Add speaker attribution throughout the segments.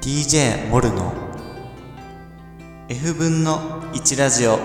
Speaker 1: DJ モルの F 分の1ラジオ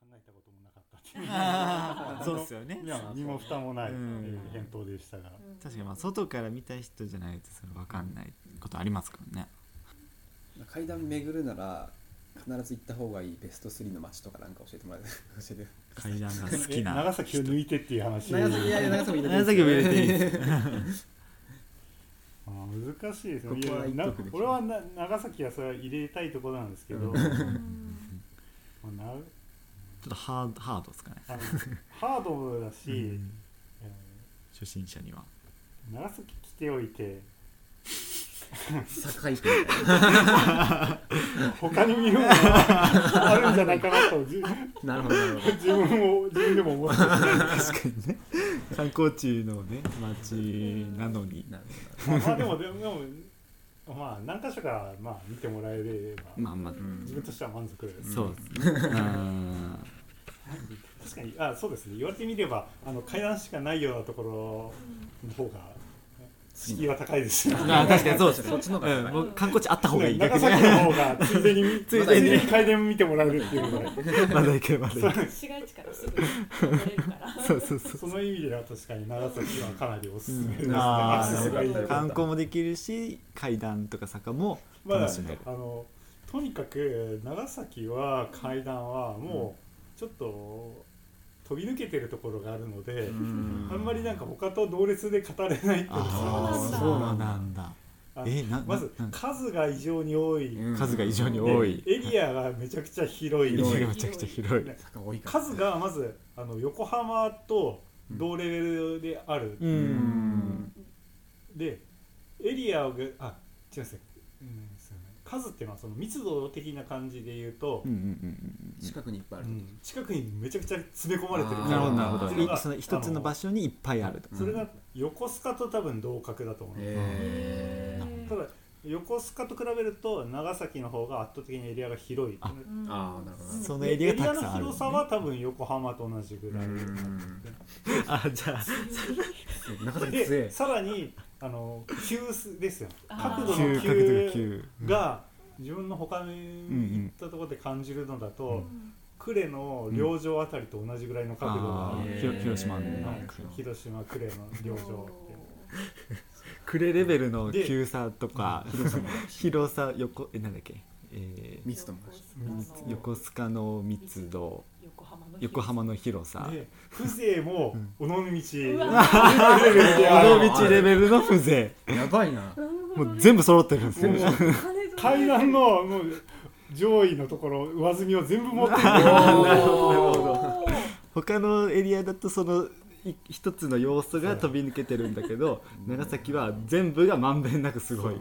Speaker 2: 考えたこともなかったっていう
Speaker 3: そうですよね
Speaker 2: いや何も蓋もない
Speaker 3: うん
Speaker 2: 返答でしたが
Speaker 3: 確かにまあ外から見た人じゃないとそれ分かんないことありますからね
Speaker 4: 階段巡るなら必ず行った方がいいベスト3の街とかなんか教えてもらえ 教えて
Speaker 3: 階段が好
Speaker 2: え
Speaker 3: きな
Speaker 2: 長崎を抜いてっていう話
Speaker 4: 長崎いやいや長崎も入れて
Speaker 3: 長崎も入れ ていいです
Speaker 2: あー難しいですね
Speaker 4: ここは
Speaker 2: やな
Speaker 4: 一徳でしょ
Speaker 2: 俺はな長崎はそれは入れたいところなんですけど、
Speaker 4: うん
Speaker 2: ま
Speaker 5: うん
Speaker 2: あな
Speaker 3: ちょっとハードハードですかね、
Speaker 2: あのハードだし、
Speaker 3: うん
Speaker 2: え
Speaker 3: 初心者には
Speaker 2: ー長崎来ておいて
Speaker 4: 堺店みたい
Speaker 2: 他に見るものがあるんじゃないかなとじ
Speaker 4: ななるほどなるほ
Speaker 2: 自分を自分でも思ってま
Speaker 3: 確かにね観光地のね町なのに
Speaker 4: どなる
Speaker 2: すまあでもでもでもまあ何か所かまあ見てもらえれば、
Speaker 3: まあまあ、
Speaker 4: ほど、うん
Speaker 2: 自分としては満足です、
Speaker 3: そうですねうん
Speaker 2: 確かにあそうですね言われてみればあの階段しかないようなところの方が敷居は高いですよ、ね、
Speaker 3: あ確かにそうですね
Speaker 4: そっちの方が
Speaker 3: うん、もう観光地あった方がいい
Speaker 2: 長
Speaker 3: 逆
Speaker 2: 崎
Speaker 3: に
Speaker 2: の方がついでについ
Speaker 3: つい
Speaker 2: で
Speaker 3: で
Speaker 2: に
Speaker 3: に
Speaker 2: 階段見てもらえるっていう ので
Speaker 3: まだ行けるまだ行ける
Speaker 5: 市街地からすぐ来れるから
Speaker 3: そうそうそう
Speaker 2: その意味では確かに長崎はかなりおすすめです、ね
Speaker 3: うん
Speaker 2: ア
Speaker 3: あ
Speaker 2: クセスがいい
Speaker 4: なるほど
Speaker 3: 観光もできるし階段とか坂も
Speaker 2: まだ
Speaker 3: 楽しめる
Speaker 2: あのとにかく長崎は階段はもうちょっと飛び抜けてるところがあるので、あんまりなんか他と同列で語れないっていうの
Speaker 3: あ
Speaker 2: は
Speaker 3: あそうなんだ
Speaker 2: あの
Speaker 3: えな
Speaker 2: まず
Speaker 3: なんか
Speaker 2: 数が異常に多い、
Speaker 4: うん
Speaker 3: 数が異常に多い
Speaker 2: でエリアがめちゃくちゃ広い
Speaker 3: 家
Speaker 4: 広い
Speaker 3: がめちゃくちゃ広い
Speaker 4: 坂多いから
Speaker 2: 数がまずあの横浜と同レベルである、
Speaker 3: う
Speaker 5: うんん
Speaker 2: でエリアがあ違いますね、うんそうね数っていうのはその密度的な感じで言うと、
Speaker 3: うんうんうん
Speaker 4: 近くにいっぱいある、
Speaker 2: うん近くにめちゃくちゃ詰め込まれてる
Speaker 3: うんなるほどなる
Speaker 4: あ
Speaker 3: ほ
Speaker 2: それ
Speaker 3: ど
Speaker 2: が
Speaker 3: いその一つの場所にいっぱいあると
Speaker 2: あのそれが横須賀と多分同格だと思う、
Speaker 4: え
Speaker 2: ただ横須賀と比べると長崎の方が圧倒的にエリアが広い
Speaker 3: あ
Speaker 4: ー、ああなるほど
Speaker 3: そのエリアたくさんあ
Speaker 2: エリアの
Speaker 3: る
Speaker 2: 広さは多分横浜と同じぐらい、
Speaker 4: うん
Speaker 3: あじゃあ
Speaker 4: 長崎強
Speaker 2: で
Speaker 4: え
Speaker 2: さらにあの急ですよ
Speaker 5: あ
Speaker 2: 角
Speaker 5: ー
Speaker 2: 度の
Speaker 3: 急角度
Speaker 2: 急
Speaker 3: が急
Speaker 2: が自分の他に行ったところで感じるのだと、呉の領城あたりと同じぐらいの角度が、
Speaker 3: あーひろ広島の
Speaker 2: は
Speaker 3: ないんか
Speaker 2: 広島呉の領城
Speaker 3: クレレベルの
Speaker 2: で
Speaker 3: 急さとか広さ横えなんだっけえー
Speaker 4: 密度もあるし
Speaker 3: 横須賀の密度
Speaker 5: 横浜の
Speaker 3: 横浜の広
Speaker 2: っ
Speaker 3: さ
Speaker 2: てで風情も尾道レベル
Speaker 5: うわ
Speaker 2: であ る
Speaker 3: 尾道レベルの風
Speaker 4: やばいな
Speaker 3: 情もう全部揃ってるんですよ
Speaker 2: もう
Speaker 5: 金沢
Speaker 2: 階段のもう上位のところ上積みを全部持ってる
Speaker 5: おー
Speaker 3: 他のエリアだとそのい一つの要素が飛び抜けてるんだけど長崎は全部がまんべんなくすごい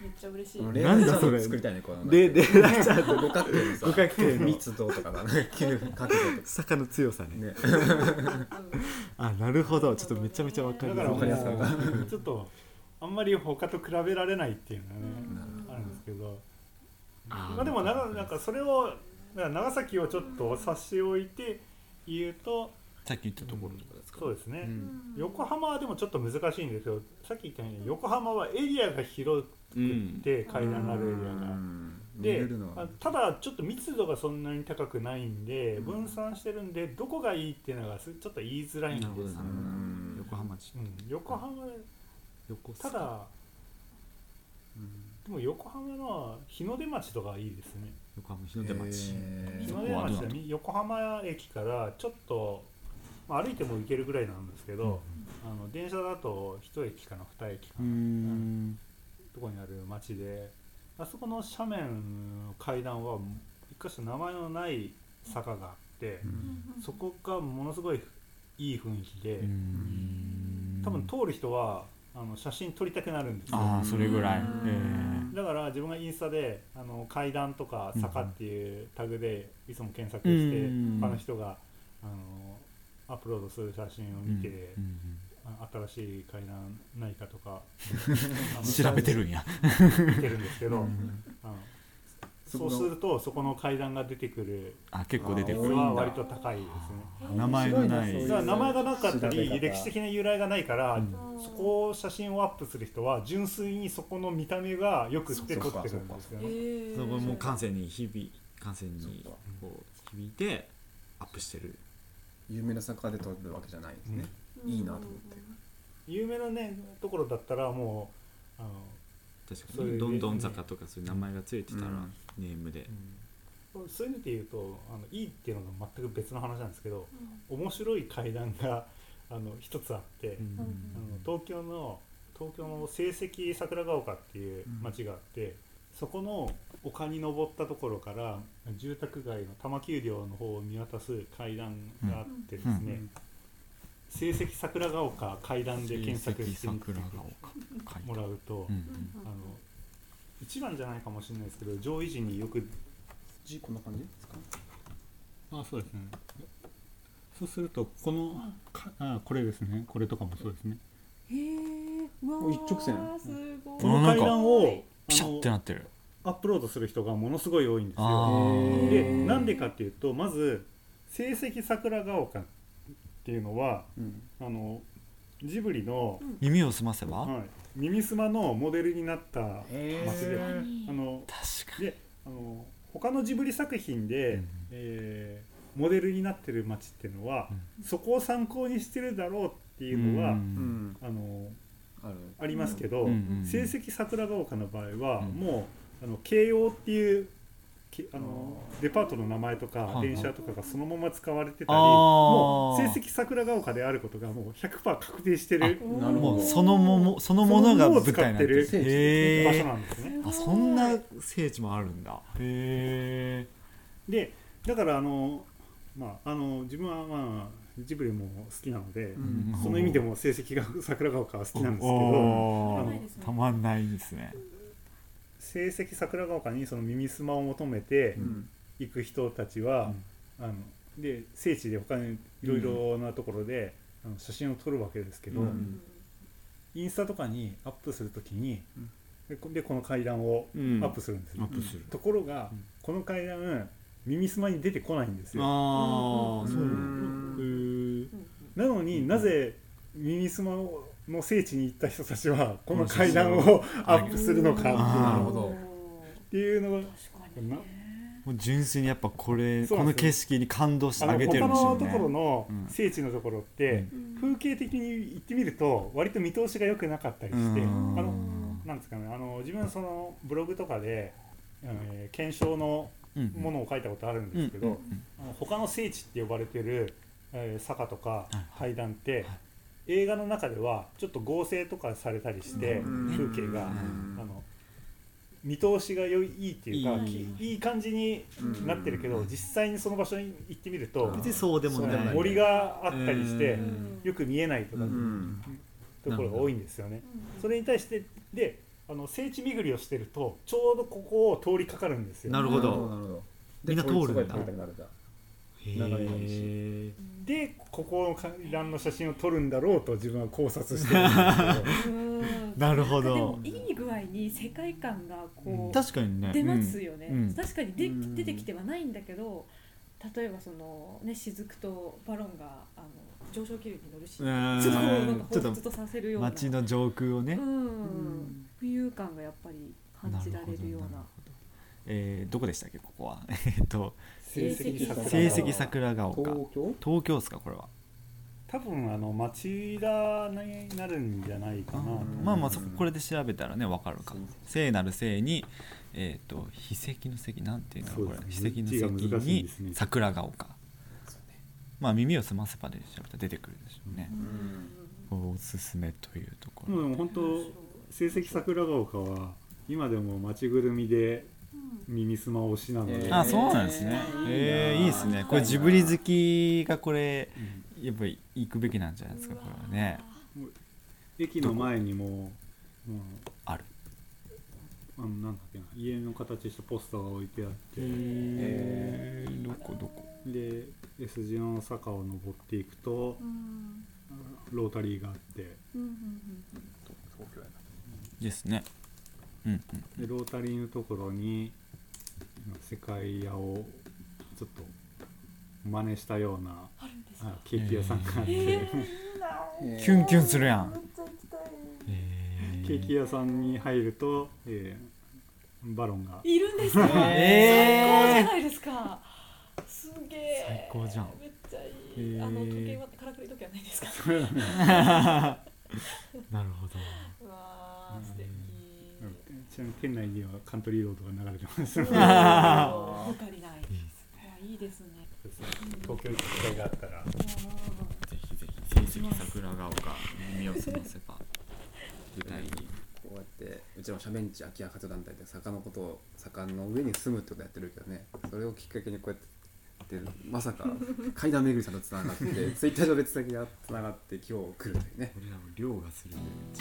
Speaker 5: めっちゃ嬉しい
Speaker 4: この
Speaker 5: ね
Speaker 4: レイ
Speaker 3: な
Speaker 4: ヤ
Speaker 3: ん
Speaker 4: ー
Speaker 3: だ
Speaker 4: ちょっ
Speaker 3: それ
Speaker 4: と作りたいねこの
Speaker 3: ででなんか
Speaker 4: 五角形のさ
Speaker 3: 五角形の
Speaker 4: 密度とかだな 角度とか
Speaker 3: 坂の強さね
Speaker 4: ね
Speaker 3: あなるほどちょっとめちゃめちゃわか
Speaker 2: だ
Speaker 3: る
Speaker 2: からも
Speaker 4: わかりやすかった
Speaker 2: うちょっとあんまり他と比べられないっていうのがねあるんですけどまあでもななんかそれをだから長崎をちょっと差し置いて言うと
Speaker 6: さっき言ったところとかですか、
Speaker 2: そうですね、
Speaker 4: うん
Speaker 2: 横浜はでもちょっと難しいんですよさっき言ったように横浜はエリアが
Speaker 6: う
Speaker 2: 広く
Speaker 6: ん
Speaker 2: て階段のあるエリアが。
Speaker 4: で
Speaker 2: で
Speaker 4: るの
Speaker 2: あ
Speaker 4: は
Speaker 2: ただちょっと密度がそんなに高くないんで分散してるんでどこがいいっていうのがすちょっと言いづらいんです
Speaker 6: なるほどね
Speaker 4: うん
Speaker 3: 横浜市
Speaker 2: うん、横浜
Speaker 6: 横須
Speaker 2: た
Speaker 6: 賀
Speaker 2: だでも横浜の日の出町とかいいですね
Speaker 3: 横浜日の出町
Speaker 4: へ
Speaker 2: 日
Speaker 4: ー
Speaker 2: の出町は横浜駅からちょっと、まあ、歩いても行けるぐらいなんですけど、あの電車だと1駅かな2駅か
Speaker 3: う
Speaker 2: な、
Speaker 3: ん
Speaker 2: とこにある町であそこの斜面の階段は一箇所名前のない坂があって、そこがものすごいいい雰囲気で、多分通る人はあの写真撮りたくなるんですよ
Speaker 3: ああそれぐらい
Speaker 5: うん
Speaker 3: え
Speaker 2: だから自分がインスタであの階段とか坂っていうタグでいつも検索して、
Speaker 3: うん
Speaker 2: 他の人があのアップロードする写真を
Speaker 3: え
Speaker 2: 見て、
Speaker 3: うん
Speaker 2: あ新しい階段ないかとかあの
Speaker 6: 調べてるんや
Speaker 2: 見てるんですけど、あのそ
Speaker 4: そこ
Speaker 2: う
Speaker 4: の
Speaker 2: するとそこの階段が出てくる
Speaker 6: あ結構出て
Speaker 2: 率
Speaker 6: く
Speaker 4: あ
Speaker 6: る
Speaker 2: は割と高いですね。
Speaker 3: 名前のな
Speaker 4: 面白
Speaker 3: い
Speaker 2: だ
Speaker 4: い
Speaker 2: から
Speaker 4: な
Speaker 2: 名前がなかった
Speaker 4: 調べ
Speaker 2: り
Speaker 4: 方
Speaker 2: 歴史的な由来がないから、
Speaker 5: うん
Speaker 2: そこを写真をアップする人は純粋にそこの見た目がよくって撮ってるんですよ
Speaker 5: え
Speaker 2: ね。
Speaker 5: ー
Speaker 3: そこもう感性に響感性に
Speaker 4: そっか
Speaker 3: こう響いてアップしてる
Speaker 4: 有名な作家で撮るわけじゃないですね
Speaker 5: うん
Speaker 4: いいなと思って
Speaker 2: 有名なねところだったらもうあの、
Speaker 3: 確か
Speaker 2: そういう
Speaker 3: にどんどん坂とかそういう名前がついてたら
Speaker 4: うん
Speaker 3: ネームで
Speaker 2: そういうので言うとあのいいっていうのが全く別の話なんですけど面白い階段があの一つあって、
Speaker 5: うん
Speaker 2: あの東京の東京の成績桜ヶ丘っていう町があって、そこの丘に登ったところから住宅街の多摩丘陵の方を見渡す階段があってですね、
Speaker 6: うん
Speaker 2: 成績桜ヶ丘階段で検索してみて
Speaker 6: 桜が丘
Speaker 2: もらうと、あの一番じゃないかもしれないですけど上位陣によく
Speaker 4: 字こんな感じですか
Speaker 2: あそうですねそうするとこのかあこれですねこれとかもそうですね
Speaker 5: へえうわ
Speaker 4: もう一直線
Speaker 5: ーすごい
Speaker 2: この階段を
Speaker 6: ピシャってなってる
Speaker 2: アップロードする人がものすごい多いんですよ
Speaker 6: あー
Speaker 2: でなんでかっていうとまず成績桜ヶ丘っていうのは
Speaker 4: うん
Speaker 2: あのジブリの、
Speaker 6: 耳を澄ませば、
Speaker 2: はい、耳すまのモデルになった町
Speaker 4: へ
Speaker 2: で
Speaker 4: ー
Speaker 2: あの
Speaker 6: 確かに
Speaker 2: であの他のジブリ作品で、
Speaker 6: うん
Speaker 2: えーモデルになってる町っていうのは、そこを参考にしてるだろうっていうのは、
Speaker 6: うん
Speaker 2: あの
Speaker 4: ある
Speaker 2: ありますけ
Speaker 6: う
Speaker 2: ど、
Speaker 6: んうんうん
Speaker 2: 成績桜ヶ丘の場合は、
Speaker 6: うん
Speaker 2: もうあの慶応っていうけあのデパートの名前と
Speaker 6: い
Speaker 2: か
Speaker 6: はい
Speaker 2: 電車とかがそのまま使われてたり、
Speaker 6: あー
Speaker 2: もう成績桜ヶ丘であることがもう100%確定してる
Speaker 5: おー
Speaker 4: なるほ
Speaker 6: も
Speaker 4: ど
Speaker 6: うそのももそのものが舞台になってる
Speaker 2: その
Speaker 4: ものを使ってる
Speaker 6: へ
Speaker 2: 場所
Speaker 6: ー
Speaker 2: なんですね。
Speaker 3: あそんな聖地もあるんだ
Speaker 6: へ
Speaker 2: でだからあの、まあ、あの自分は、まあ、ジブリも好きなので、
Speaker 4: うん
Speaker 2: その意味でも成績が桜ヶ丘は好きなんですけど
Speaker 3: お
Speaker 2: あ
Speaker 3: ー
Speaker 2: の
Speaker 3: たまんないですね
Speaker 2: 成績桜ヶ丘にその耳すまを求めて、
Speaker 4: うん
Speaker 2: 行く人たちは、あので聖地で他にいろいろなところで、あの写真を撮るわけですけど、
Speaker 4: うん
Speaker 2: インスタとかにアップするときに、
Speaker 4: うん
Speaker 2: でこでこの階段をア
Speaker 6: うん
Speaker 2: ップするんですね、
Speaker 6: アップする
Speaker 2: ところが、この階段耳すまに出てこないんですよ
Speaker 6: ああ
Speaker 4: う
Speaker 6: そうなんだ
Speaker 4: ん
Speaker 2: なのになぜ耳すまの聖地に行った人たちはこの階段をアップするのかっていう
Speaker 6: なる
Speaker 2: の
Speaker 6: ほ
Speaker 2: がっていうのが
Speaker 5: 確かにね
Speaker 3: もう純粋にやっぱこれ
Speaker 2: そう
Speaker 3: こ
Speaker 2: なん
Speaker 3: の
Speaker 2: です
Speaker 3: 景色に感動してあげてる
Speaker 2: あ
Speaker 3: んで
Speaker 2: の
Speaker 3: すよ
Speaker 2: 他のところ
Speaker 3: ね
Speaker 2: の
Speaker 3: うん
Speaker 2: 聖地のところって、風景的に行ってみると割と見通しが良くなかったりしてあ
Speaker 3: うん
Speaker 2: のなんですかねあの自分そのブログとかで、えー検証の
Speaker 6: うん
Speaker 2: ものを書いたことあるんですけど、
Speaker 6: うんうん
Speaker 2: あの他の聖地って呼ばれてる、えー坂とか
Speaker 6: い
Speaker 2: 階段って、映画の中ではちょっと合成とかされたりして、
Speaker 4: うん
Speaker 2: 風景が、あの見通しが良いいいっていうか
Speaker 5: いい
Speaker 2: きいい感じになってるけど実際にその場所に行ってみると
Speaker 7: 別にそうでも
Speaker 2: そう
Speaker 7: ない
Speaker 2: 森があったりして
Speaker 5: ん
Speaker 2: よく見えないとか
Speaker 3: う
Speaker 4: うん
Speaker 2: ところが多いんですよね。それに対してであの聖地巡りをしてるとちょうどここを通りかかるんですよ。
Speaker 7: なるほ
Speaker 4: なるほど
Speaker 7: ど
Speaker 4: なるほど
Speaker 7: みんな通るんだ
Speaker 4: でこういうとこで撮りたくなるんだ
Speaker 7: へ
Speaker 4: 眺めもいい
Speaker 7: え
Speaker 2: でここの観覧の写真を撮るんだろうと自分は考察して るんですけど
Speaker 5: うん
Speaker 3: なるほ
Speaker 5: で
Speaker 3: ど
Speaker 5: もいい具合に世界観がこう
Speaker 3: 確かにね
Speaker 5: 出ますよね、
Speaker 3: うんうん
Speaker 5: 確かにで
Speaker 4: うん
Speaker 5: 出てきてはないんだけど例えばそのね雫とバロンがあの上昇気流に乗るし、
Speaker 3: うん
Speaker 5: ちょっとなんか
Speaker 3: ちょっ
Speaker 5: 彷
Speaker 3: と
Speaker 5: 彿とさせるような
Speaker 3: 街の上空をね
Speaker 5: う、ん浮遊感がやっぱり感じられるような
Speaker 3: なるほどえーどこでしたっけここは えっと
Speaker 2: 成績
Speaker 5: 成績
Speaker 2: 桜川
Speaker 3: 成績桜ヶ丘
Speaker 4: 東京
Speaker 3: 東京ですかこれは
Speaker 2: 多分あの町田になるんじゃないかなと思う
Speaker 3: まあまあそここれで調べたらねわかるか
Speaker 4: うん
Speaker 3: 聖なる聖にえっ、と筆跡の石なんていうのこれ
Speaker 2: そうですね
Speaker 3: 筆跡
Speaker 2: 字が
Speaker 3: の
Speaker 2: 難
Speaker 3: 石
Speaker 2: しい
Speaker 3: に
Speaker 2: ですね
Speaker 3: 桜が丘
Speaker 4: そうね
Speaker 3: まあ耳を澄ませばで調べたら出てくるでしょうね
Speaker 5: う、ん
Speaker 3: おすすめというとこ
Speaker 2: で
Speaker 3: ろ、
Speaker 2: も本当成績桜ヶ丘は今でも町ぐるみで耳すま推しなので、
Speaker 4: えー
Speaker 3: あそうなんですねえ
Speaker 4: え
Speaker 3: ー、
Speaker 4: ー
Speaker 3: いい
Speaker 4: いいな
Speaker 3: ですねこれジブリ好きがこれやっぱり行くべきなんじゃないですかこれはね
Speaker 2: 駅の前にもうも
Speaker 3: ある
Speaker 2: うあのなんだっけな家の形したポスターが置いてあって、
Speaker 3: えー、どこどこ
Speaker 2: で S 字の坂を登っていくと
Speaker 5: うん
Speaker 2: ロータリーがあって
Speaker 5: うんうん
Speaker 4: 東京やな
Speaker 3: ですねうんうん
Speaker 2: でロータリーのところに世界屋をちょっと真似したような
Speaker 5: あるんですか
Speaker 2: あケーキ屋さんがあって、
Speaker 4: えー
Speaker 3: キュンキュンするやんえ
Speaker 2: ケーキ屋さんに入ると、えーバロンが
Speaker 5: いるんですか最高じゃ
Speaker 3: え
Speaker 5: ないですかすげえ
Speaker 3: 最高じゃん
Speaker 5: めっちゃいい、
Speaker 3: えー
Speaker 5: あの時計はからくり時計はないですか
Speaker 3: ー、なるほど
Speaker 5: うわー素敵
Speaker 2: ちなみに店内にはカントリーロードが流れて ます。
Speaker 5: うわー抜かりない
Speaker 3: いいです
Speaker 5: いやいいですね
Speaker 2: 東京に機会があった ら、
Speaker 3: ぜひぜひ成績桜ヶ丘耳を澄ませば舞台に
Speaker 4: こうやってうちの斜面地空き家活動団体で坂のことを坂の上に住むってことやってるけどねそれをきっかけにこうやって。でまさか階段巡りさんとつなが ってツイッター上でつながって今日来るというね
Speaker 3: 俺らも量がする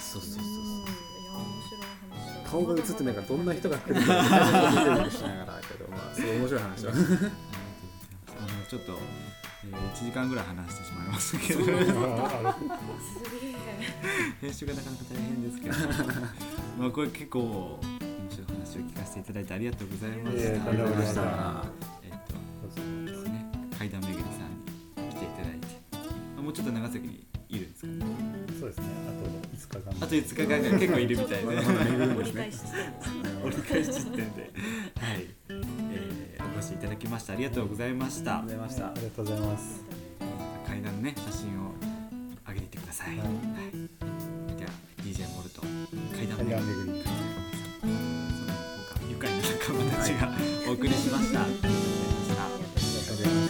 Speaker 4: そう
Speaker 5: うん
Speaker 4: そうそうそう
Speaker 5: いや面白い話だ
Speaker 4: 顔が映ってないからどんな人が来るのか 見てみるしながらだけどまあすごい面白い話は
Speaker 3: あのちょっと、えー、1時間ぐらい話してしまいましたけど
Speaker 5: すげえ
Speaker 3: 編集がなかなか大変ですけど まあこれ結構面白い話を聞かせていただいてありがとうございまし
Speaker 2: い
Speaker 3: た
Speaker 2: えとんでもないです
Speaker 3: えっとそうですね階段巡りさんに来ていただいてあもうちょっと長崎にいるんですかね
Speaker 2: そうですね。あと5日
Speaker 3: あ
Speaker 2: 間。
Speaker 3: と5日間ぐらい結構いるみた いで
Speaker 5: 折り返し地点ですね
Speaker 3: 折り返し地点ではい、えーお越しいただきましたありがとうございました
Speaker 4: いまし
Speaker 2: ありがとうございます。
Speaker 3: 階段のね写真を上げていってください、
Speaker 2: はい
Speaker 3: はい、では DJ モルト階段
Speaker 2: 階
Speaker 3: 巡
Speaker 2: 段
Speaker 3: り
Speaker 2: 巡り。
Speaker 3: その他愉快な仲間たちがお送りしました。ありがとうございました